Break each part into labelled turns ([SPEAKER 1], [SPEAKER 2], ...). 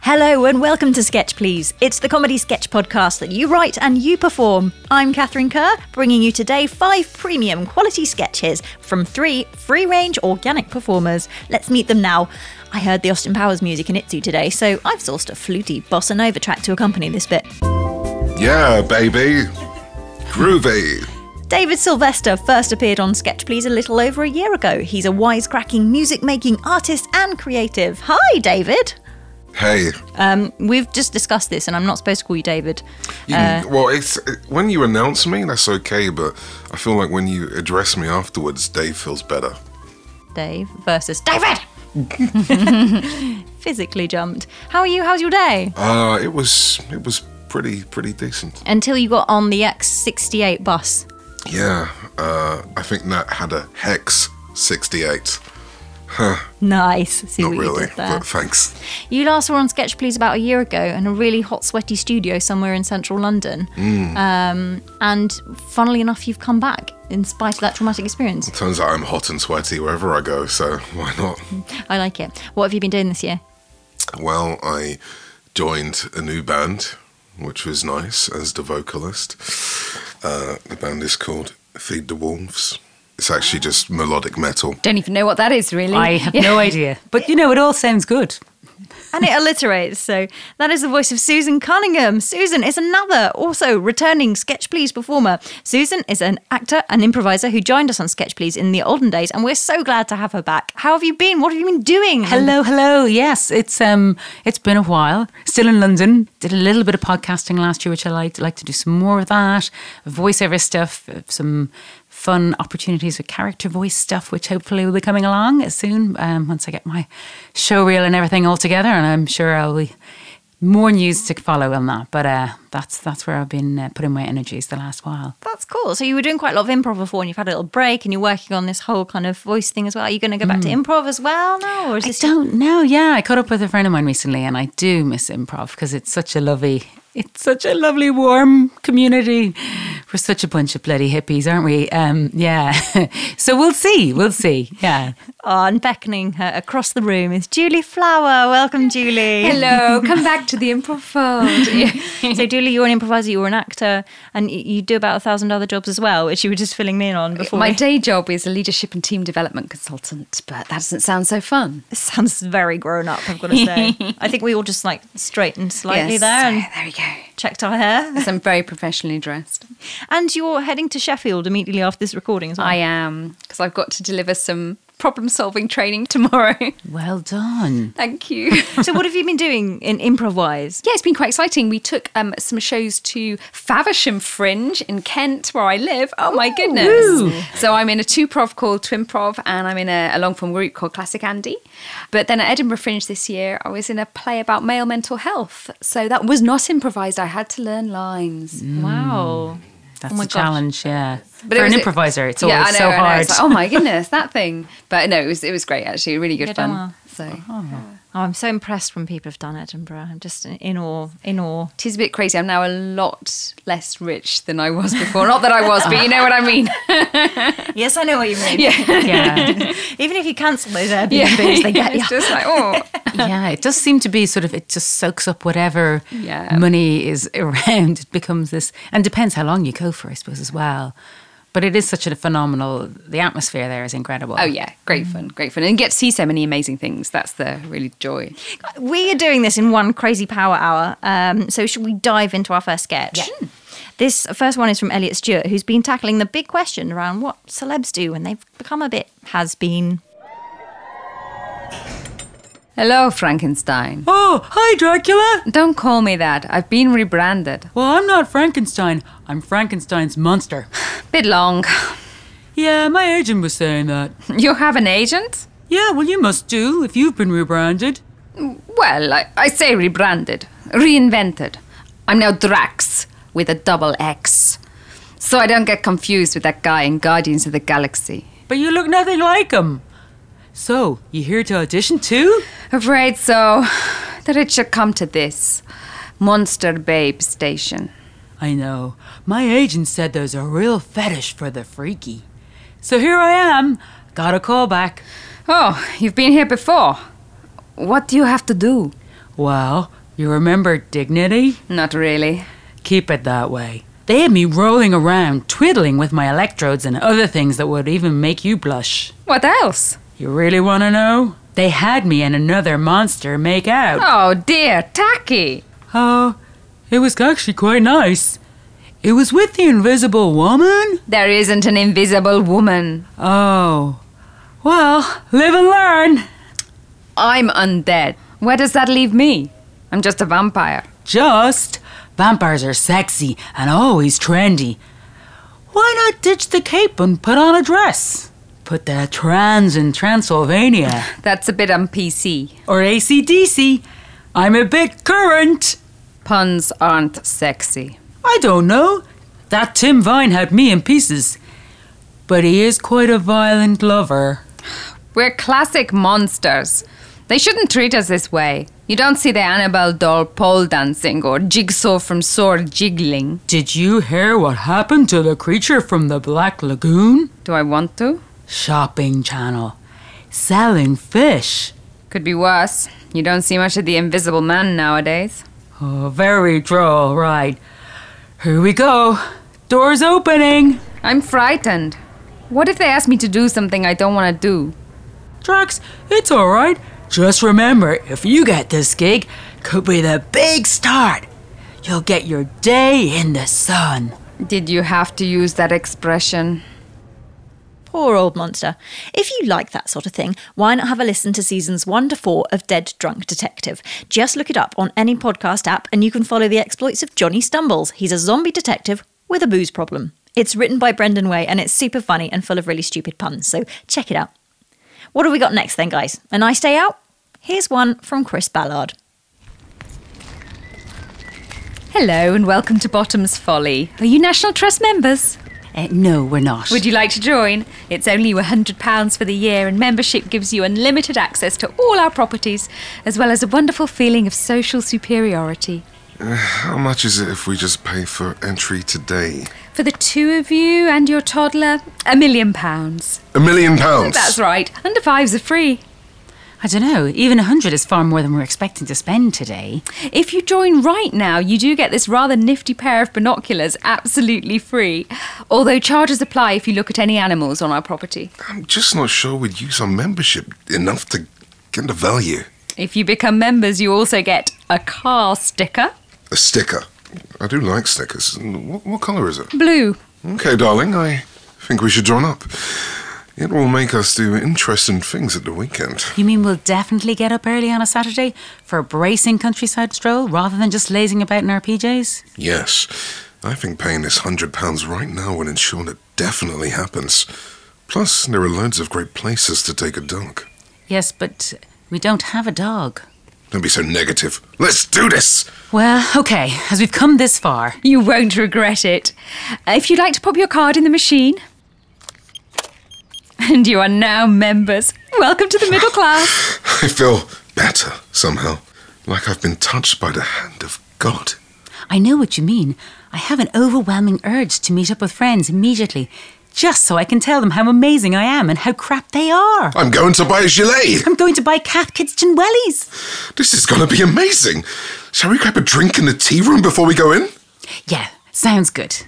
[SPEAKER 1] Hello and welcome to Sketch Please. It's the comedy sketch podcast that you write and you perform. I'm Catherine Kerr, bringing you today five premium quality sketches from three free range organic performers. Let's meet them now. I heard the Austin Powers music in Itzu today, so I've sourced a fluty bossa nova track to accompany this bit.
[SPEAKER 2] Yeah, baby. Groovy.
[SPEAKER 1] David Sylvester first appeared on Sketch Please a little over a year ago. He's a wisecracking music making artist and creative. Hi, David.
[SPEAKER 2] Hey.
[SPEAKER 1] Um, we've just discussed this, and I'm not supposed to call you David.
[SPEAKER 2] You can- well, it's it- when you announce me, that's okay, but I feel like when you address me afterwards, Dave feels better.
[SPEAKER 1] Dave versus David. Physically jumped. How are you? How's your day?
[SPEAKER 2] Uh, it was it was pretty pretty decent.
[SPEAKER 1] Until you got on the X68 bus.
[SPEAKER 2] Yeah. Uh, I think that had a hex 68.
[SPEAKER 1] Nice. See
[SPEAKER 2] Not
[SPEAKER 1] what
[SPEAKER 2] really,
[SPEAKER 1] you did there.
[SPEAKER 2] but thanks.
[SPEAKER 1] You last were on Sketch Please about a year ago in a really hot, sweaty studio somewhere in central London.
[SPEAKER 2] Mm.
[SPEAKER 1] Um, and funnily enough, you've come back in spite of that traumatic experience.
[SPEAKER 2] Turns out I'm hot and sweaty wherever I go, so why not?
[SPEAKER 1] I like it. What have you been doing this year?
[SPEAKER 2] Well, I joined a new band, which was nice as the vocalist. Uh, the band is called Feed the Wolves. It's actually just melodic metal.
[SPEAKER 3] Don't even know what that is, really.
[SPEAKER 4] I have no idea. But you know, it all sounds good.
[SPEAKER 1] and it alliterates. So that is the voice of Susan Cunningham. Susan is another also returning Sketch Please performer. Susan is an actor and improviser who joined us on Sketch Please in the olden days, and we're so glad to have her back. How have you been? What have you been doing?
[SPEAKER 4] Hello, hello. Yes, it's um, it's been a while. Still in London. Did a little bit of podcasting last year, which I liked. Like to do some more of that. Voiceover stuff. uh, Some fun opportunities with character voice stuff, which hopefully will be coming along as soon. Um, once I get my showreel and everything all together, and I'm sure I'll be more news to follow on that. But uh, that's that's where I've been uh, putting my energies the last while.
[SPEAKER 1] That's cool. So you were doing quite a lot of improv before, and you've had a little break, and you're working on this whole kind of voice thing as well. Are you going to go back to improv as well now, or is
[SPEAKER 4] Hmm. I
[SPEAKER 1] this
[SPEAKER 4] don't know. Yeah, I caught up with a friend of mine recently, and I do miss improv because it's such a lovely, it's such a lovely, warm community. We're such a bunch of bloody hippies, aren't we? Um, yeah. so we'll see. We'll see. Yeah.
[SPEAKER 1] Oh, and beckoning her across the room is Julie Flower. Welcome, Julie.
[SPEAKER 3] Hello, come back to the improv fold.
[SPEAKER 1] so Julie, you're an improviser, you're an actor, and you, you do about a thousand other jobs as well, which you were just filling me in on before.
[SPEAKER 3] My
[SPEAKER 1] we-
[SPEAKER 3] day job is a leadership and team development consultant, but that doesn't sound so fun.
[SPEAKER 1] This sounds very grown up. I've got to say. I think we all just like straightened slightly there and
[SPEAKER 3] so there we go.
[SPEAKER 1] checked our hair.
[SPEAKER 3] So I'm very professionally dressed.
[SPEAKER 1] And you're heading to Sheffield immediately after this recording as well.
[SPEAKER 3] I am, because I've got to deliver some problem solving training tomorrow.
[SPEAKER 4] Well done.
[SPEAKER 3] Thank you.
[SPEAKER 1] so what have you been doing in improvise?
[SPEAKER 3] Yeah, it's been quite exciting. We took um, some shows to Faversham Fringe in Kent, where I live. Oh my goodness! So I'm in a two prov called Twin Prov, and I'm in a, a long form group called Classic Andy. But then at Edinburgh Fringe this year, I was in a play about male mental health. So that was not improvised. I had to learn lines.
[SPEAKER 1] Mm. Wow. Oh
[SPEAKER 4] That's
[SPEAKER 1] my
[SPEAKER 4] a
[SPEAKER 1] gosh.
[SPEAKER 4] challenge. Yeah.
[SPEAKER 3] Oh But
[SPEAKER 4] Mm.
[SPEAKER 3] it
[SPEAKER 4] For an
[SPEAKER 3] was-
[SPEAKER 4] improviser, it's
[SPEAKER 3] Yeah,
[SPEAKER 4] always
[SPEAKER 3] I know,
[SPEAKER 4] so
[SPEAKER 3] I know.
[SPEAKER 4] hard.
[SPEAKER 3] It's like, oh my goodness, that thing! But no, it was it was great actually, really good
[SPEAKER 1] Good,
[SPEAKER 3] fun.
[SPEAKER 1] wow.
[SPEAKER 3] So
[SPEAKER 4] Uh-huh.
[SPEAKER 1] Oh, I'm so impressed when people have done Edinburgh. I'm just in awe, in awe.
[SPEAKER 3] it is a bit crazy. I'm now a lot less rich than I was before. Not that I was, but you know what I mean.
[SPEAKER 1] Yes, I know what you mean.
[SPEAKER 4] yeah.
[SPEAKER 1] Even if you cancel those Airbnbs,
[SPEAKER 3] Yeah.
[SPEAKER 1] they get you.
[SPEAKER 3] it's just like oh.
[SPEAKER 4] yeah. It does seem to be sort of, it just soaks up whatever
[SPEAKER 3] Yeah.
[SPEAKER 4] money is around. It becomes this, and depends how long you go for, I suppose, as well. But it is such a phenomenal, the atmosphere there is incredible.
[SPEAKER 3] Oh yeah, great fun, great fun, and get to see so many amazing things. That's the really joy.
[SPEAKER 1] We are doing this in one crazy power hour. Um, so, should we dive into our first sketch? This first one is from Elliot Stewart, who's been tackling the big question around what celebs do when they've become a bit has been.
[SPEAKER 3] Hello, Frankenstein.
[SPEAKER 4] Oh, hi, Dracula.
[SPEAKER 3] Don't call me that. I've been rebranded.
[SPEAKER 4] Well, I'm not Frankenstein. I'm Frankenstein's monster.
[SPEAKER 3] Bit long.
[SPEAKER 4] Yeah, my agent was saying that.
[SPEAKER 3] You have an agent?
[SPEAKER 4] Yeah, well, you must do if you've been rebranded.
[SPEAKER 3] Well, I, I say rebranded, reinvented. I'm now Drax with a double X, so I don't get confused with that guy in Guardians of the Galaxy.
[SPEAKER 4] But you look nothing like him. So, you here to audition too?
[SPEAKER 3] Afraid so. That it should come to this. Monster Babe Station.
[SPEAKER 4] I know. My agent said there's a real fetish for the freaky. So here I am. Got a call back.
[SPEAKER 3] Oh, you've been here before. What do you have to do?
[SPEAKER 4] Well, You remember dignity?
[SPEAKER 3] Not really.
[SPEAKER 4] Keep it that way. They had me rolling around, twiddling with my electrodes and other things that would even make you blush.
[SPEAKER 3] What else?
[SPEAKER 4] You really want to know? They had me and another monster make out.
[SPEAKER 3] Oh dear, tacky.
[SPEAKER 4] Oh, it was actually quite nice. It was with the invisible woman?
[SPEAKER 3] There isn't an invisible woman.
[SPEAKER 4] Oh. Well, live and learn.
[SPEAKER 3] I'm undead. Where does that leave me? I'm just a vampire.
[SPEAKER 4] Just. Vampires are sexy and always trendy. Why not ditch the cape and put on a dress? Put the trans in Transylvania.
[SPEAKER 3] That's a bit on PC.
[SPEAKER 4] Or ACDC. I'm a bit current.
[SPEAKER 3] Puns aren't sexy.
[SPEAKER 4] I don't know. That Tim Vine had me in pieces. But he is quite a violent lover.
[SPEAKER 3] We're classic monsters. They shouldn't treat us this way. You don't see the Annabelle doll pole dancing or jigsaw from sword jiggling.
[SPEAKER 4] Did you hear what happened to the creature from the Black Lagoon?
[SPEAKER 3] Do I want to?
[SPEAKER 4] Shopping channel. Selling fish.
[SPEAKER 3] Could be worse. You don't see much of the invisible man nowadays.
[SPEAKER 4] Oh, very droll, right. Here we go. Doors opening.
[SPEAKER 3] I'm frightened. What if they ask me to do something I don't want to do?
[SPEAKER 4] Drax, it's alright. Just remember, if you get this gig, could be the big start. You'll get your day in the sun.
[SPEAKER 3] Did you have to use that expression?
[SPEAKER 1] Poor old monster. If you like that sort of thing, why not have a listen to seasons one to four of Dead Drunk Detective? Just look it up on any podcast app and you can follow the exploits of Johnny Stumbles. He's a zombie detective with a booze problem. It's written by Brendan Way and it's super funny and full of really stupid puns, so check it out. What have we got next then, guys? A nice day out? Here's one from Chris Ballard.
[SPEAKER 3] Hello and welcome to Bottom's Folly. Are you National Trust members?
[SPEAKER 4] Uh, no, we're not.
[SPEAKER 3] Would you like to join? It's only £100 for the year, and membership gives you unlimited access to all our properties, as well as a wonderful feeling of social superiority.
[SPEAKER 2] How much is it if we just pay for entry today?
[SPEAKER 3] For the two of you and your toddler, a million pounds.
[SPEAKER 2] A million pounds.
[SPEAKER 3] That's right, under fives are free.
[SPEAKER 4] I don't know. Even a 100 is far more than we're expecting to spend today.
[SPEAKER 3] If you join right now, you do get this rather nifty pair of binoculars absolutely free, although charges apply if you look at any animals on our property.
[SPEAKER 2] I'm just not sure we'd use our membership enough to get the value.
[SPEAKER 3] If you become members, you also get a car sticker.
[SPEAKER 2] A sticker. I do like stickers. What, what colour is it?
[SPEAKER 3] Blue.
[SPEAKER 2] Okay, darling, I think we should join up. It will make us do interesting things at the weekend.
[SPEAKER 4] You mean we'll definitely get up early on a Saturday for a bracing countryside stroll rather than just lazing about in our PJs?
[SPEAKER 2] Yes, I think paying this £100 right now will ensure that definitely happens. Plus, there are loads of great places to take a dog.
[SPEAKER 4] Yes, but we don't have a dog.
[SPEAKER 2] Don't be so negative. Let's do this!
[SPEAKER 4] Well, okay, as we've come this far,
[SPEAKER 3] You won't regret it. If you'd like to pop your card in the machine. And you are now members. Welcome to the middle class.
[SPEAKER 2] I feel better somehow, like I've been touched by the hand of God.
[SPEAKER 4] I know what you mean. I have an overwhelming urge to meet up with friends immediately, just so I can tell them how amazing I am and how crap they are.
[SPEAKER 2] I'm going to buy a gilet!
[SPEAKER 4] I'm going to buy Kath Kitchen Wellies.
[SPEAKER 2] This is gonna be amazing! Shall we grab a drink in the tea room before we go in?
[SPEAKER 4] Yeah, sounds good.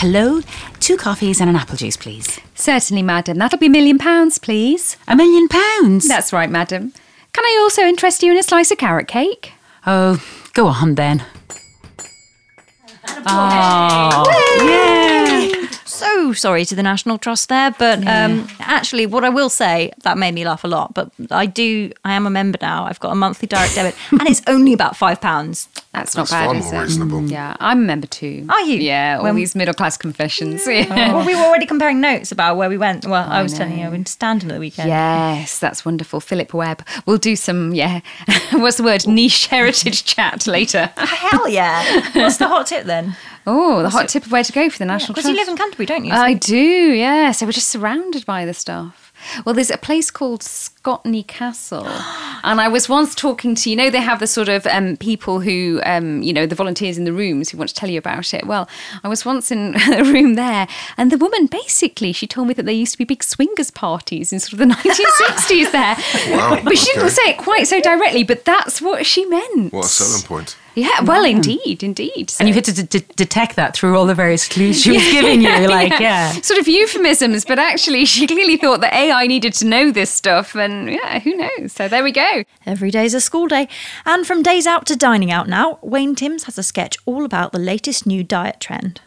[SPEAKER 4] Hello, two coffees and an apple juice, please.
[SPEAKER 3] Certainly, madam. That'll be a million pounds, please.
[SPEAKER 4] A million pounds.
[SPEAKER 3] That's right, madam. Can I also interest you in a slice of carrot cake?
[SPEAKER 4] Oh, go on then.
[SPEAKER 1] So sorry to the National Trust there, but um, actually, what I will say that made me laugh a lot. But I do, I am a member now. I've got a monthly direct debit, and it's only about five pounds.
[SPEAKER 3] That's not
[SPEAKER 2] That's
[SPEAKER 3] bad,
[SPEAKER 2] far
[SPEAKER 3] is
[SPEAKER 2] more
[SPEAKER 3] it? Mm.
[SPEAKER 2] reasonable.
[SPEAKER 3] Yeah, I'm a member too.
[SPEAKER 1] Are you?
[SPEAKER 3] Yeah, all
[SPEAKER 1] When-
[SPEAKER 3] these middle class confessions.
[SPEAKER 5] Oh.
[SPEAKER 1] well, we were already comparing notes about where we went. Well, I, was telling you, I went to Standon at the weekend.
[SPEAKER 3] Yes, that's wonderful. Philip Webb. We'll do some, yeah, what's the word? Niche heritage chat later.
[SPEAKER 1] Hell yeah! What's the hot tip then?
[SPEAKER 3] Oh, the hot tip of where to go for the National
[SPEAKER 1] Because you live
[SPEAKER 3] Trust.
[SPEAKER 1] in
[SPEAKER 5] Uh,
[SPEAKER 1] Canterbury, don't you?
[SPEAKER 3] I do, yeah. So we're just surrounded by the stuff. Well, there's a place called Scotch Scotney Castle. And I was once talking to, you know, they have the sort of um, people who, um, you know, the volunteers in the rooms who want to tell you about it. Well, I was once in a room there, and the woman basically, she told me that there used to be big swingers parties in sort of the 1960s there.
[SPEAKER 2] Wow,
[SPEAKER 3] But she didn't
[SPEAKER 2] okay.
[SPEAKER 3] say it quite so directly, but that's what she meant.
[SPEAKER 2] What a selling point.
[SPEAKER 3] Yeah, well, indeed, indeed. So-
[SPEAKER 4] And you had to d- d- detect that through all the various clues she was giving you. Like, yeah.
[SPEAKER 3] Sort of euphemisms, but actually, she clearly thought that AI needed to know this stuff, and yeah, who knows? So there we go.
[SPEAKER 5] Every day's a school day. And from days out to dining out now, Wayne Timms has a sketch all about the latest new diet trend.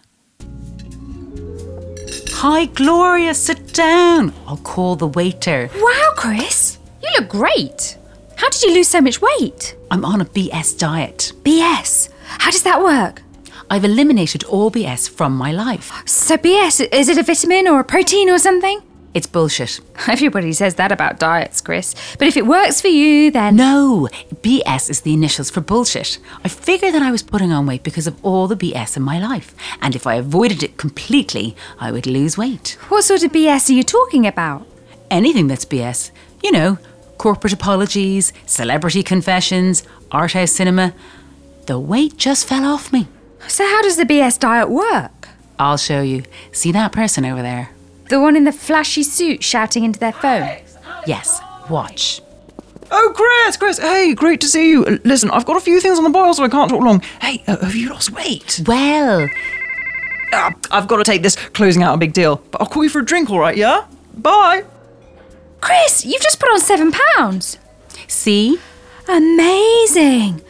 [SPEAKER 4] Hi, Gloria, sit down. I'll call the waiter.
[SPEAKER 6] Wow, Chris, you look great. How did you lose so much weight?
[SPEAKER 4] I'm on a BS diet.
[SPEAKER 6] BS. How does that work?
[SPEAKER 4] I've eliminated all BS from my life.
[SPEAKER 6] So, BS, is it a vitamin or a protein or something?
[SPEAKER 4] It's bullshit.
[SPEAKER 6] Everybody says that about diets, Chris. But if it works for you, then.
[SPEAKER 4] No, BS is the initials for bullshit. I figured that I was putting on weight because of all the BS in my life. And if I avoided it completely, I would lose weight.
[SPEAKER 6] What sort of BS are you talking about?
[SPEAKER 4] Anything that's BS, you know, corporate apologies, celebrity confessions, art house cinema, the weight just fell off me.
[SPEAKER 6] So, how does the BS diet work?
[SPEAKER 4] I'll show you. See that person over there?
[SPEAKER 6] The one in the flashy suit shouting into their phone.
[SPEAKER 4] Yes, watch.
[SPEAKER 7] Oh, Chris, Chris, hey, great to see you. Uh, Listen, I've got a few things on the boil, so I can't talk long. Hey, uh, have you lost weight?
[SPEAKER 4] Well,
[SPEAKER 7] Ah, I've got to take this closing out a big deal, but I'll call you for a drink, all right, yeah? Bye.
[SPEAKER 6] Chris, you've just put on seven pounds.
[SPEAKER 4] see?
[SPEAKER 6] Amazing.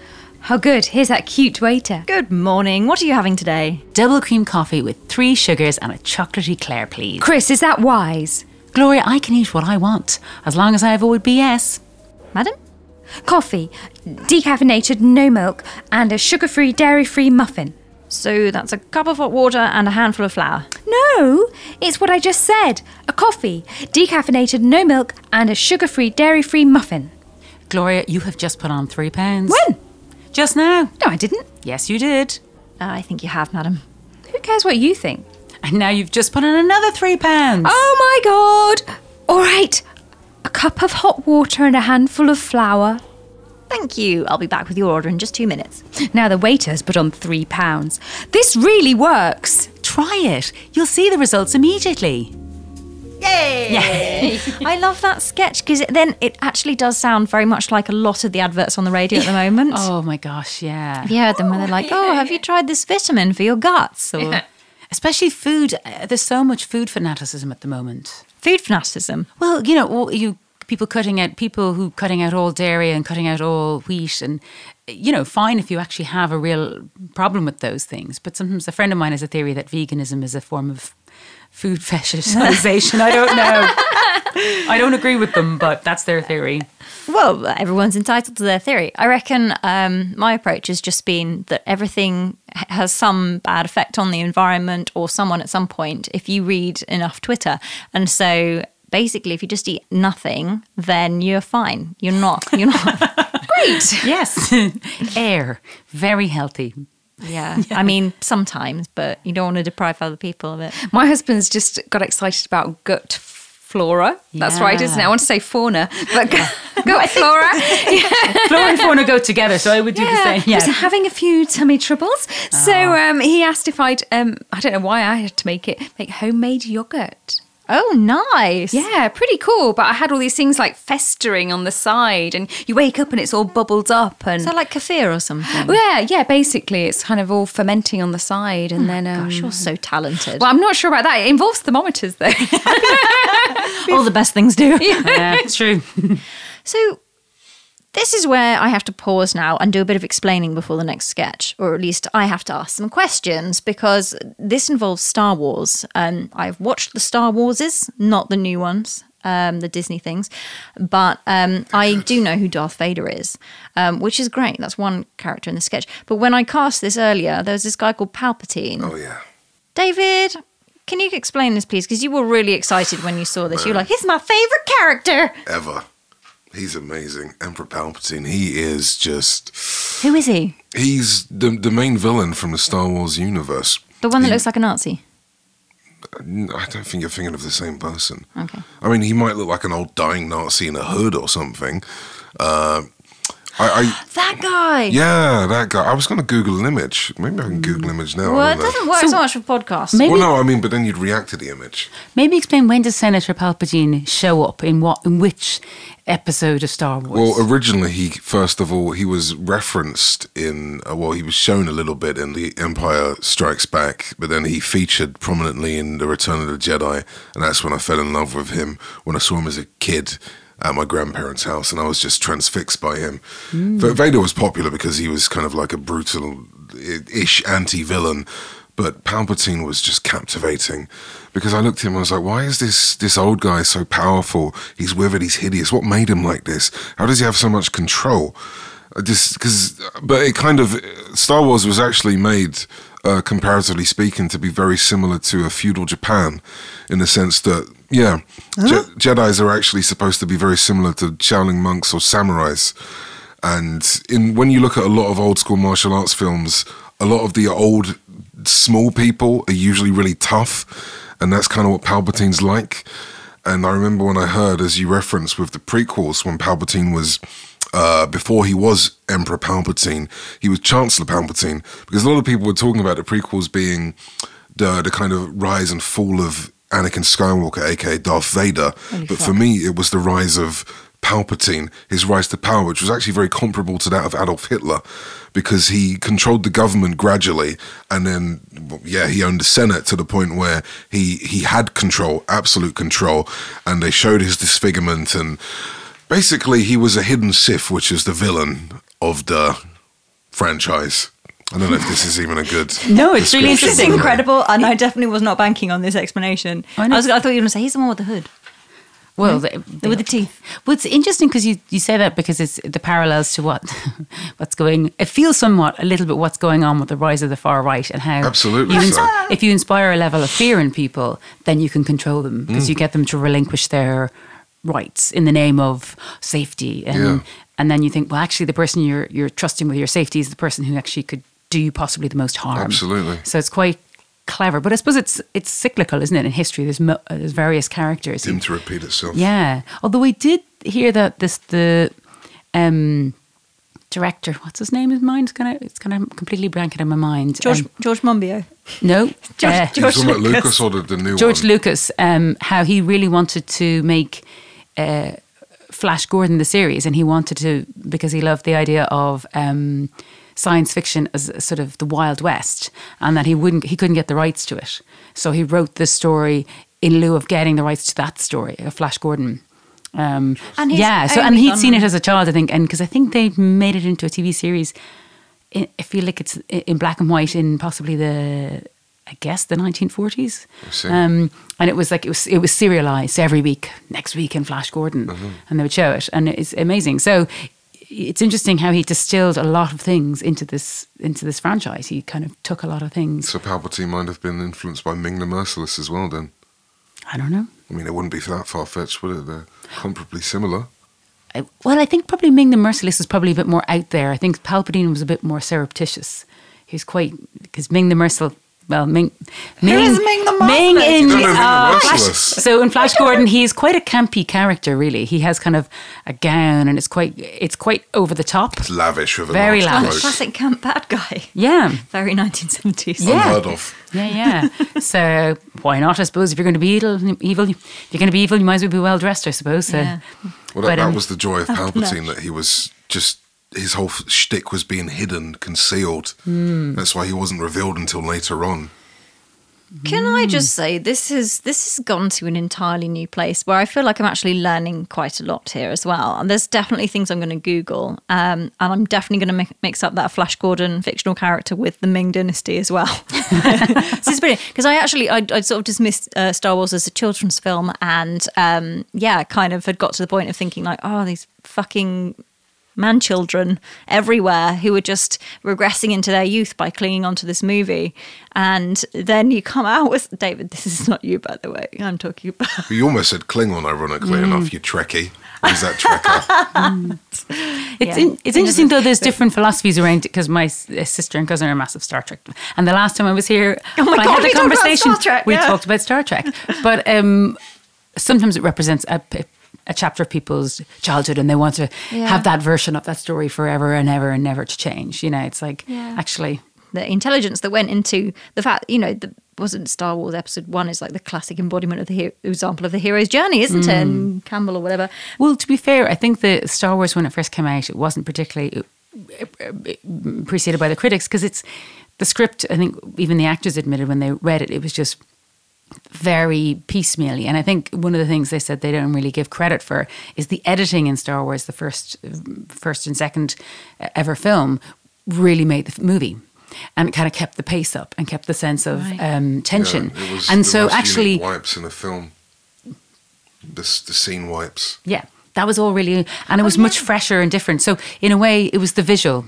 [SPEAKER 6] Oh, good. Here's that cute waiter.
[SPEAKER 1] Good morning. What are you having today?
[SPEAKER 4] Double cream coffee with three sugars and a chocolate eclair, please.
[SPEAKER 6] Chris, is that wise?
[SPEAKER 4] Gloria, I can eat what I want, as long as I avoid BS.
[SPEAKER 1] Madam?
[SPEAKER 6] Coffee, decaffeinated, no milk, and a sugar free, dairy free muffin.
[SPEAKER 1] So that's a cup of hot water and a handful of flour.
[SPEAKER 6] No, it's what I just said a coffee, decaffeinated, no milk, and a sugar free, dairy free muffin.
[SPEAKER 4] Gloria, you have just put on three pounds.
[SPEAKER 6] When?
[SPEAKER 4] Just now.
[SPEAKER 6] No, I didn't.
[SPEAKER 4] Yes, you did.
[SPEAKER 1] Uh, I think you have, madam.
[SPEAKER 6] Who cares what you think?
[SPEAKER 4] And now you've just put on another three pounds.
[SPEAKER 6] Oh my god! All right, a cup of hot water and a handful of flour.
[SPEAKER 1] Thank you. I'll be back with your order in just two minutes.
[SPEAKER 6] Now the waiter's put on three pounds. This really works.
[SPEAKER 4] Try it. You'll see the results immediately.
[SPEAKER 1] I love that sketch because then it actually does sound very much like a lot of the adverts on the radio at the moment.
[SPEAKER 4] Oh my gosh, yeah.
[SPEAKER 1] Have you heard them where they're like, oh, have you tried this vitamin for your guts? Or
[SPEAKER 4] Especially food. Uh, there's so much food fanaticism at the moment.
[SPEAKER 1] food fanaticism.
[SPEAKER 4] Well, you know, all you people cutting out people who cutting out all dairy and cutting out all wheat and you know, fine if you actually have a real problem with those things. But sometimes a friend of mine has a theory that veganism is a form of food fetishization. I don't know. I don't agree with them, but that's their theory.
[SPEAKER 1] Well, everyone's entitled to their theory. I reckon um, my approach has just been that everything h- has some bad effect on the environment or someone at some point if you read enough Twitter. And so basically, if you just eat nothing, then you're fine. You're not. You're not.
[SPEAKER 4] Yes. Air. Very healthy.
[SPEAKER 1] yeah. I mean, sometimes, but you don't want to deprive other people of it.
[SPEAKER 3] My husband's just got excited about gut flora. That's right, isn't it? I want to say fauna, but gut flora.
[SPEAKER 4] Flora and fauna go together, so I would do the same.
[SPEAKER 3] He was having a few tummy troubles, so
[SPEAKER 1] Ah.
[SPEAKER 3] um, he asked if I'd. Um, I don't know why I had to make it make homemade yogurt.
[SPEAKER 1] Oh, nice.
[SPEAKER 3] Yeah, pretty cool. But I had all these things like festering on the side, and you wake up and it's all bubbled up, and
[SPEAKER 1] Is that like kefir or something?
[SPEAKER 3] yeah, yeah. Basically, it's kind of all fermenting on the side, and then um,
[SPEAKER 1] Oh Gosh, you're so talented.
[SPEAKER 3] well, I'm not sure about that. It involves thermometers, though.
[SPEAKER 1] All the best things do.
[SPEAKER 4] Yeah, it's true.
[SPEAKER 1] So this is where I have to pause now and do a bit of explaining before the next sketch, or at least I have to ask some questions because this involves Star Wars. Um, I've watched the Star Warses, not the new ones. Um, the Disney things, but um, I do know who Darth Vader is, um, which is great. That's one character in the sketch. But when I cast this earlier, there was this guy called Palpatine.
[SPEAKER 2] Oh, yeah.
[SPEAKER 1] David, can you explain this, please? Because you were really excited when you saw this. You were like, "He's my favorite character."
[SPEAKER 2] Ever. He's amazing. Emperor Palpatine, he is just.
[SPEAKER 1] Who is he?
[SPEAKER 2] He's the, the main villain from the Star Wars universe.
[SPEAKER 1] The one that
[SPEAKER 2] He-
[SPEAKER 1] looks like a Nazi.
[SPEAKER 2] I don't think you're thinking of the same person.
[SPEAKER 8] Okay.
[SPEAKER 2] I mean, he might look like an old dying Nazi in a hood or something. Uh, I, I
[SPEAKER 8] That guy.
[SPEAKER 2] yeah, that guy. I was going to Google an image. Maybe I can Google image now. I
[SPEAKER 8] Well, it
[SPEAKER 2] don't know.
[SPEAKER 8] doesn't work so, much for podcasts.
[SPEAKER 4] Maybe
[SPEAKER 2] Well, no, I mean, but then you'd react to the image.
[SPEAKER 4] maybe explain when does Senator Palpatine show up in what in which episode of Star Wars?
[SPEAKER 2] Well, originally, he first of all he was referenced in. Uh, well, he was shown a little bit in The Empire Strikes Back, but then he featured prominently in The Return of the Jedi, and that's when I fell in love with him. When I saw him as a kid at my grandparents' house, and I was just transfixed by him. V- Vader was popular because he was kind of like a brutal i- ish anti villain. But Palpatine was just captivating because I looked at him and I was like, why is this, this old guy so powerful? He's withered, he's hideous. What made him like this? How does he have so much control? I Just because, but it kind of, Star Wars was actually made, uh, comparatively speaking, to be very similar to a feudal Japan in the sense that, yeah, Je- Jedi's are actually supposed to be very similar to Shaolin monks or samurais and in when you look at a lot of old school martial arts films, a lot of the old small people are usually really tough, and that's kind of what Palpatine's like. And I remember when I heard, as you referenced with the prequels, when Palpatine was. Uh, before he was Emperor Palpatine, he was Chancellor Palpatine, because a lot of people were talking about the prequels being the the kind of rise and fall of Anakin Skywalker, aka Darth Vader. but for me, it was the rise of Palpatine, his rise to power, which was actually very comparable to that of Adolf Hitler, because he controlled the government gradually, and then well, yeah, he owned the Senate to the point where he he had control, absolute control, and they showed his disfigurement, and basically he was a hidden Sith, which is the villain of the franchise. I don't know if this is even a good.
[SPEAKER 4] No, it's really
[SPEAKER 2] description,
[SPEAKER 1] It's
[SPEAKER 2] but-
[SPEAKER 1] incredible, and I definitely was not banking on this explanation. I,
[SPEAKER 4] know.
[SPEAKER 1] was, I thought you were going to say he's the one with the hood.
[SPEAKER 4] Well, they, they
[SPEAKER 1] With the teeth.
[SPEAKER 4] Well, it's interesting because you, you say that because it's the parallels to what what's going. It feels somewhat a little bit what's going on with the rise of the far right and how
[SPEAKER 2] Absolutely
[SPEAKER 4] you ins-
[SPEAKER 2] so.
[SPEAKER 4] if you inspire a level of fear in people, then you can control them because
[SPEAKER 2] Mm.
[SPEAKER 4] you get them to relinquish their rights in the name of safety and
[SPEAKER 2] Yeah.
[SPEAKER 4] and then you think well actually the person you're you're trusting with your safety is the person who actually could do you possibly the most harm
[SPEAKER 2] Absolutely.
[SPEAKER 4] so it's quite clever but i suppose it's it's cyclical isn't it in history there's mo- uh, there's various characters
[SPEAKER 2] Him to repeat itself.
[SPEAKER 4] yeah. Although we did hear that this the um director, what's his name? His mind's gonna it's gonna completely blank out of my mind.
[SPEAKER 1] George,
[SPEAKER 4] Um,
[SPEAKER 1] George Monbiot.
[SPEAKER 4] no.
[SPEAKER 1] George-
[SPEAKER 4] uh,
[SPEAKER 2] You talking about Lucas or the, the new
[SPEAKER 4] George
[SPEAKER 2] one?
[SPEAKER 4] Lucas, um, how he really wanted to make uh, Flash Gordon the series, and he wanted to because he loved the idea of um, science fiction as a sort of the Wild West, and that he wouldn't, he couldn't get the rights to it, so he wrote this story in lieu of getting the rights to that story of Flash Gordon. Um,
[SPEAKER 1] And he's
[SPEAKER 4] yeah, so and
[SPEAKER 1] only
[SPEAKER 4] he'd
[SPEAKER 1] done-
[SPEAKER 4] seen it as a child, I think, and because I think they made it into a TV series. I I feel like it's i- in black and white in possibly the, I guess, the 1940s.
[SPEAKER 2] see.
[SPEAKER 4] Um, and it was like it was it was serialized every week, next week in Flash Gordon, and they would show it, and it's amazing. So it's interesting how he distilled a lot of things into this into this franchise. He kind of took a lot of things.
[SPEAKER 2] So Palpatine might have been influenced by Ming the Merciless as well. Then
[SPEAKER 4] I don't know.
[SPEAKER 2] I mean, it wouldn't be that far fetched, would it? They're comparably similar.
[SPEAKER 4] I- well, I think probably Ming the Merciless was probably a bit more out there. I think Palpatine was a bit more surreptitious. He was quite because Ming the Merciless. Well, Ming, Ming,
[SPEAKER 9] is Ming the
[SPEAKER 4] Ming
[SPEAKER 9] Merciless?
[SPEAKER 4] in
[SPEAKER 2] No, no, Ming the
[SPEAKER 4] uh, Flash.
[SPEAKER 2] Merciless.
[SPEAKER 4] So in Flash Gordon, he is quite a campy character. Really, he has kind of a gown, and it's quite it's quite over the top.
[SPEAKER 2] It's lavish with a
[SPEAKER 4] Very
[SPEAKER 2] large
[SPEAKER 4] lavish.
[SPEAKER 2] cloak.
[SPEAKER 1] Classic camp bad guy.
[SPEAKER 4] Yeah,
[SPEAKER 1] Very 1970s.
[SPEAKER 4] Yeah.
[SPEAKER 2] Unheard of.
[SPEAKER 4] yeah, yeah. so why not? I suppose if you're going to be evil, evil, if you're going to be evil, you might as well be well dressed. I suppose. So.
[SPEAKER 1] Yeah.
[SPEAKER 2] Well, that,
[SPEAKER 4] But, um,
[SPEAKER 2] that was the joy of Palpatine that he was just his whole f- shtick was being hidden, concealed.
[SPEAKER 4] Hmm.
[SPEAKER 2] That's why he wasn't revealed until later on.
[SPEAKER 8] Can I just say this is this has gone to an entirely new place where I feel like I'm actually learning quite a lot here as well. And there's definitely things I'm going to Google, um, and I'm definitely going to mi- mix up that Flash Gordon fictional character with the Ming Dynasty as well. this is brilliant because I actually I would sort of dismissed uh, Star Wars as a children's film, and um, yeah, kind of had got to the point of thinking like, oh, these fucking
[SPEAKER 1] man children everywhere who were just regressing into their youth by clinging onto this movie. And then you come out with David, this is not you, by the way, I'm talking about.
[SPEAKER 2] You almost said Klingon, ironically
[SPEAKER 4] Hmm.
[SPEAKER 2] enough. You Trekkie. Is that Trekker?
[SPEAKER 4] It's, in, it's interesting though. There's different philosophies around it because my s- uh, sister and cousin are massive Star Trek, and the last time I was here, oh
[SPEAKER 1] my
[SPEAKER 4] I
[SPEAKER 1] God,
[SPEAKER 4] had the
[SPEAKER 1] we talked about Star
[SPEAKER 4] conversation.
[SPEAKER 1] Trek,
[SPEAKER 4] we
[SPEAKER 1] yeah.
[SPEAKER 4] talked about Star Trek, but um, sometimes it represents a, p- a chapter of people's childhood, and they want to have that version of that story forever and ever and never to change. You know, it's like actually,
[SPEAKER 1] the intelligence that went into the fact, you know, the, wasn't Star Wars Episode One is like the classic embodiment of the hero, example of the hero's journey, isn't it? And Campbell or whatever.
[SPEAKER 4] well, to be fair, I think the Star Wars when it first came out, it wasn't particularly uh, appreciated by the critics because it's the script. I think even the actors admitted when they read it, it was just very piecemealy. And I think one of the things they said they don't really give credit for is the editing in Star Wars, the first, first and second uh, ever film, really made the f- movie. And it kind of kept the pace up and kept the sense of um, tension.
[SPEAKER 2] Yeah, it was
[SPEAKER 4] and
[SPEAKER 2] the
[SPEAKER 4] so,
[SPEAKER 2] most unique
[SPEAKER 4] actually,
[SPEAKER 2] wipes in a film. The, s- the scene wipes.
[SPEAKER 4] yeah, that was all really, and it was much fresher and different. So, in a way, it was the visual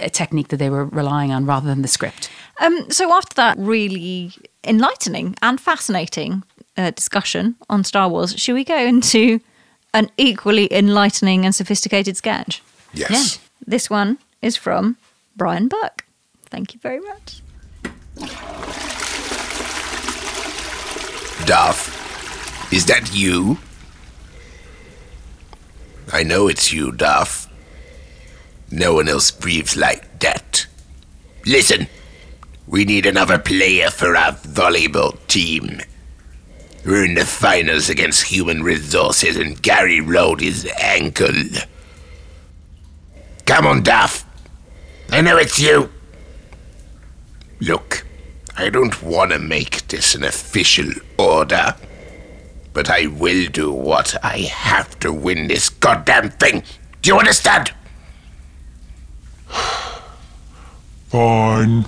[SPEAKER 4] uh, technique that they were relying on rather than the script.
[SPEAKER 1] Um, so after that really enlightening and fascinating uh, discussion on Star Wars, should we go into an equally enlightening and sophisticated sketch?
[SPEAKER 2] Yes.
[SPEAKER 1] This one is from Brian Buck. Thank you very much.
[SPEAKER 10] Duff, is that you? I know it's you, Duff. No one else breathes like that. Listen, we need another player for our volleyball team. We're in the finals against Human Resources, and Gary rolled his ankle. Come on, Duff. I know it's you. Look, I don't want to make this an official order, but I will do what I have to win this goddamn thing. Do you understand?
[SPEAKER 11] Fine.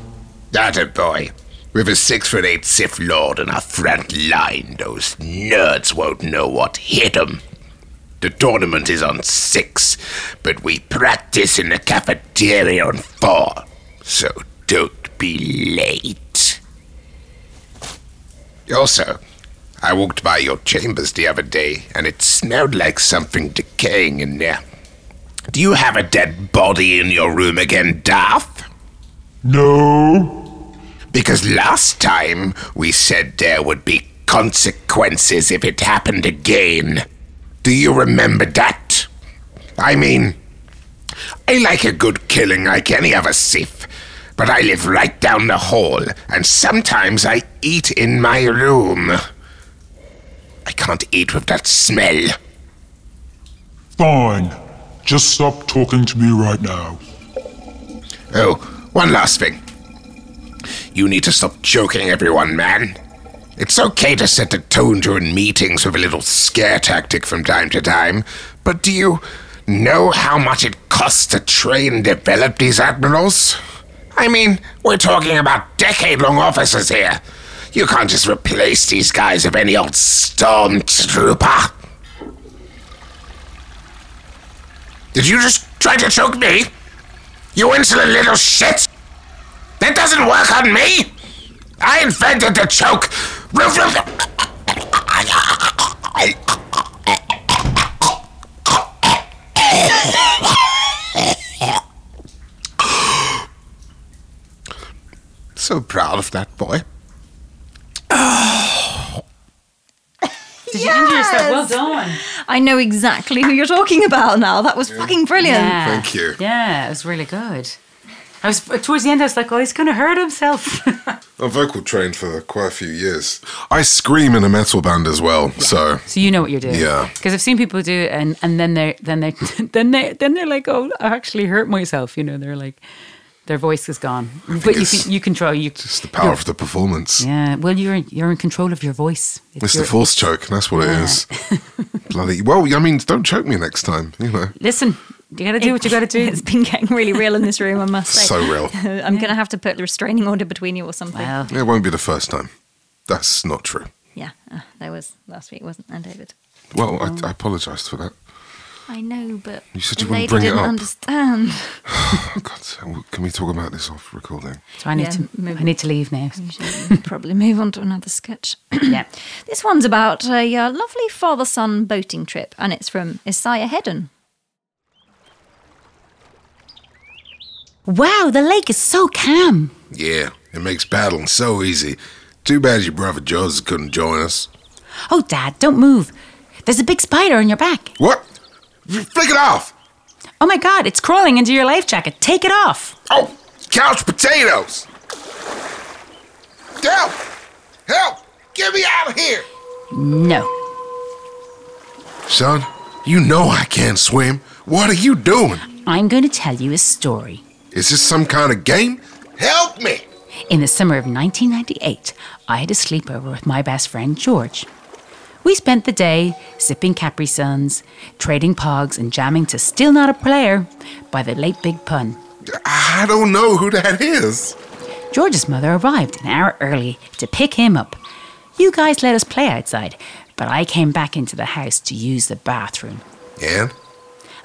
[SPEAKER 10] That a boy. With a six foot eight Sith Lord in our front line, those nerds won't know what hit 'em. The tournament is on six, but we practice in the cafeteria on four. So don't be late. Also, I walked by your chambers the other day and it smelled like something decaying in there. Do you have a dead body in your room again, Daft?
[SPEAKER 11] No.
[SPEAKER 10] Because last time we said there would be consequences if it happened again. Do you remember that? I mean, I like a good killing like any other Sith, but I live right down the hall, and sometimes I eat in my room. I can't eat with that smell.
[SPEAKER 11] Fine. Just stop talking to me right now.
[SPEAKER 10] Oh, one last thing. You need to stop joking everyone, man. It's okay to set the tone during meetings with a little scare tactic from time to time, but do you know how much it costs to train and develop these admirals? I mean, we're talking about decade long officers here. You can't just replace these guys with any old stormtrooper. Did you just try to choke me? You insolent little shit! That doesn't work on me! I invented the choke! Roof, roof, So proud of that boy.
[SPEAKER 4] Did you injure yourself? Well done.
[SPEAKER 1] I know exactly who you're talking about now. That was fucking brilliant.
[SPEAKER 4] Yeah.
[SPEAKER 2] Thank you.
[SPEAKER 4] Yeah, it was really good. I was towards the end. I was like, "Oh, he's going to hurt himself."
[SPEAKER 2] I vocal trained for quite a few years. I scream in a metal band as well, so
[SPEAKER 4] so you know what you're doing,
[SPEAKER 2] Yeah.
[SPEAKER 4] Because I've seen people do, it and and then they are then they then they then they're like, "Oh, I actually hurt myself." You know, they're like, their voice is gone, but you
[SPEAKER 2] it's
[SPEAKER 4] can you control you.
[SPEAKER 2] it's the power of the performance.
[SPEAKER 4] Yeah, well, you're in, you're in control of your voice.
[SPEAKER 2] It's
[SPEAKER 4] your-
[SPEAKER 2] the force choke. That's what it is. Bloody well. I mean, don't choke me next time. You know,
[SPEAKER 4] Listen, you got to do what you got to do.
[SPEAKER 1] It's been getting really real in this room, I must say.
[SPEAKER 2] so real.
[SPEAKER 1] I'm going to have to put a restraining order between you or something.
[SPEAKER 4] Well,
[SPEAKER 2] It won't be the first time. That's not true.
[SPEAKER 1] Yeah, uh, there was last week, wasn't there, David?
[SPEAKER 2] Well, I, I apologise for that.
[SPEAKER 1] I know, but
[SPEAKER 2] You said you
[SPEAKER 1] the
[SPEAKER 2] wouldn't
[SPEAKER 1] lady
[SPEAKER 2] bring it
[SPEAKER 1] didn't
[SPEAKER 2] up.
[SPEAKER 1] understand.
[SPEAKER 2] Oh, God, so can we talk about this off recording?
[SPEAKER 4] So I need
[SPEAKER 1] Yeah,
[SPEAKER 4] to
[SPEAKER 1] maybe. Mm.
[SPEAKER 4] I need to leave now.
[SPEAKER 1] Probably move on to another sketch.
[SPEAKER 4] yeah.
[SPEAKER 1] This one's about a uh, lovely father son boating trip, and it's from Isaiah Hedden.
[SPEAKER 4] Wow, the lake is so calm.
[SPEAKER 2] Yeah, it makes paddling so easy. Too bad your brother Joseph couldn't join us.
[SPEAKER 4] Oh, Dad, don't move. There's a big spider on your back.
[SPEAKER 2] What? Flick it off!
[SPEAKER 4] Oh my God, it's crawling into your life jacket. Take it off.
[SPEAKER 2] Oh, couch potatoes!
[SPEAKER 10] Help! Help! Get me out of here!
[SPEAKER 4] No.
[SPEAKER 2] Son, you know I can't swim. What are you doing?
[SPEAKER 4] I'm going to tell you a story.
[SPEAKER 2] Is this some kind of game?
[SPEAKER 10] Help me!
[SPEAKER 4] In the summer of 1998, I had a sleepover with my best friend George. We spent the day sipping Capri Suns, trading pogs, and jamming to Still Not a Player by the late Big Pun.
[SPEAKER 2] I don't know who that is.
[SPEAKER 4] George's mother arrived an hour early to pick him up. You guys let us play outside, but I came back into the house to use the bathroom,
[SPEAKER 2] And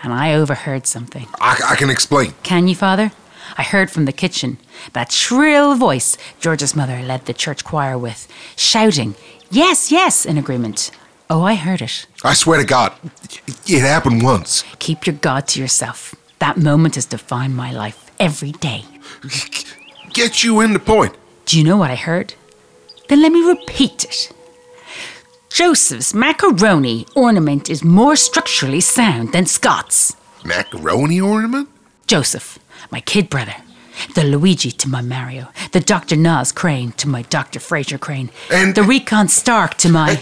[SPEAKER 4] and I overheard something.
[SPEAKER 2] I, I can explain.
[SPEAKER 4] Can you, Father? I heard from the kitchen that shrill voice George's mother led the church choir with, shouting, Yes, yes, in agreement. Oh, I heard it.
[SPEAKER 2] I swear to God, it happened once.
[SPEAKER 4] Keep your God to yourself. That moment has defined my life every day.
[SPEAKER 2] Get you in the point.
[SPEAKER 4] Do you know what I heard? Then let me repeat it. Joseph's macaroni ornament is more structurally sound than Scott's.
[SPEAKER 2] Macaroni ornament?
[SPEAKER 4] Joseph, my kid brother. The Luigi to my Mario. The Dr. Nas Crane to my Dr. Fraser Crane.
[SPEAKER 2] And-
[SPEAKER 4] the Recon Stark to my.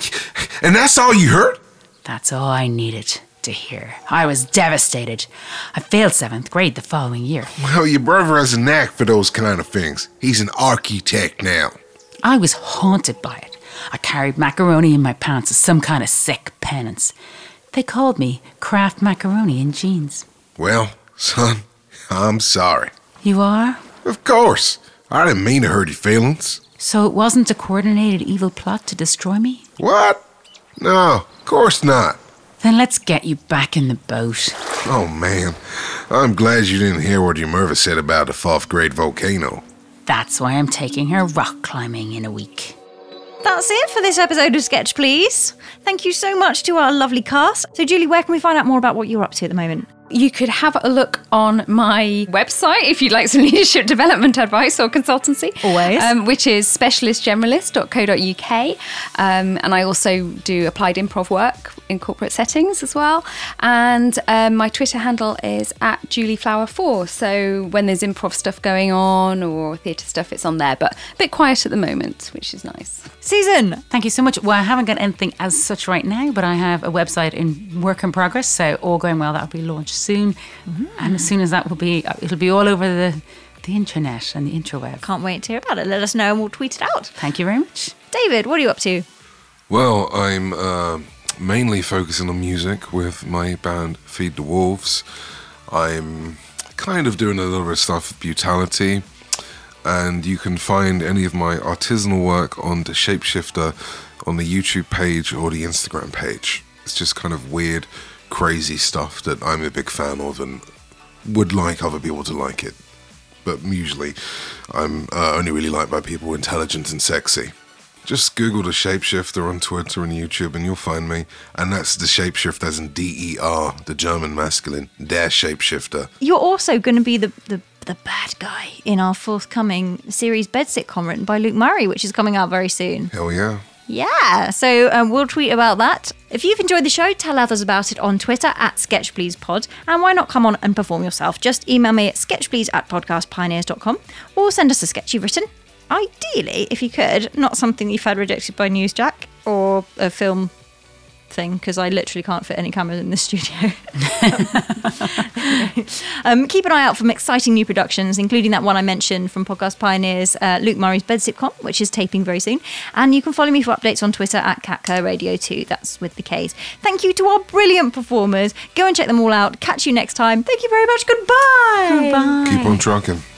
[SPEAKER 2] And that's all you heard?
[SPEAKER 4] That's all I needed to hear. I was devastated. I failed seventh grade the following year.
[SPEAKER 2] Well, Oh, your brother has a knack for those kind of things. He's an architect now.
[SPEAKER 4] I was haunted by it. I carried macaroni in my pants as some kind of sick penance. They called me Kraft Macaroni in Jeans.
[SPEAKER 2] Well, son, I'm sorry.
[SPEAKER 4] You are?
[SPEAKER 2] Of course. I didn't mean to hurt your feelings.
[SPEAKER 4] So it wasn't a coordinated evil plot to destroy me?
[SPEAKER 2] What? No, of course not.
[SPEAKER 4] Then let's get you back in the boat.
[SPEAKER 2] Oh, man. I'm glad you didn't hear what your mother said about the fourth grade volcano.
[SPEAKER 4] That's why I'm taking her rock climbing in a week.
[SPEAKER 1] That's it for this episode of Sketch Please. Thank you so much to our lovely cast. So, Julie, where can we find out more about what you're up to at the moment?
[SPEAKER 3] You could have a look on my website if you'd like some leadership development advice or consultancy.
[SPEAKER 1] Always.
[SPEAKER 3] Um, which is specialistgeneralist.co.uk. Um, and I also do applied improv work in corporate settings as well. And um, my Twitter handle is at JulieFlower4. So when there's improv stuff going on or theatre stuff, it's on there. But a bit quiet at the moment, which is nice.
[SPEAKER 1] Susan,
[SPEAKER 4] Thank you so much. Well, I haven't got anything as such right now, but I have a website in work in progress. So all going well, that'll be launched soon, and as soon as that will be, uh, it'll be all over the the internet and the interweb.
[SPEAKER 1] can't wait to hear about it. Let us know and we'll tweet it out.
[SPEAKER 4] Thank you very much.
[SPEAKER 1] David, what are you up to?
[SPEAKER 2] Well, I'm uh, mainly focusing on music with my band Feed the Wolves. I'm kind of doing a little bit of stuff with Butality, and you can find any of my artisanal work on the Shapeshifter on the YouTube page or the Instagram page. It's just kind of weird, crazy stuff that I'm a big fan of and would like other people to like it. But usually, I'm uh, only really liked by people intelligent and sexy. Just Google the shapeshifter on Twitter and YouTube and you'll find me. And that's the shapeshifter as in D E R, the German masculine, der shapeshifter.
[SPEAKER 1] You're also going to be the, the, the bad guy in our forthcoming series Bed Sitcom written by Luke Murray, which is coming out very soon.
[SPEAKER 2] Hell yeah.
[SPEAKER 1] Yeah, so um, we'll tweet about that. If you've enjoyed the show, tell others about it on Twitter at SketchPleasePod. And why not come on and perform yourself? Just email me at sketchplease at podcastpioneers.com or send us a sketch you've written. Ideally, if you could, not something you've had rejected by Newsjack or a film thing, because I literally can't fit any cameras in this studio. Um, keep an eye out for exciting new productions, including that one I mentioned from Podcast Pioneers, uh, Luke Murray's Bed Sitcom, which is taping very soon. And you can follow me for updates on Twitter at Catcur Radio 2. That's with the Ks. Thank you to our brilliant performers. Go and check them all out. Catch you next time. Thank you very much. Goodbye.
[SPEAKER 2] Keep on trucking.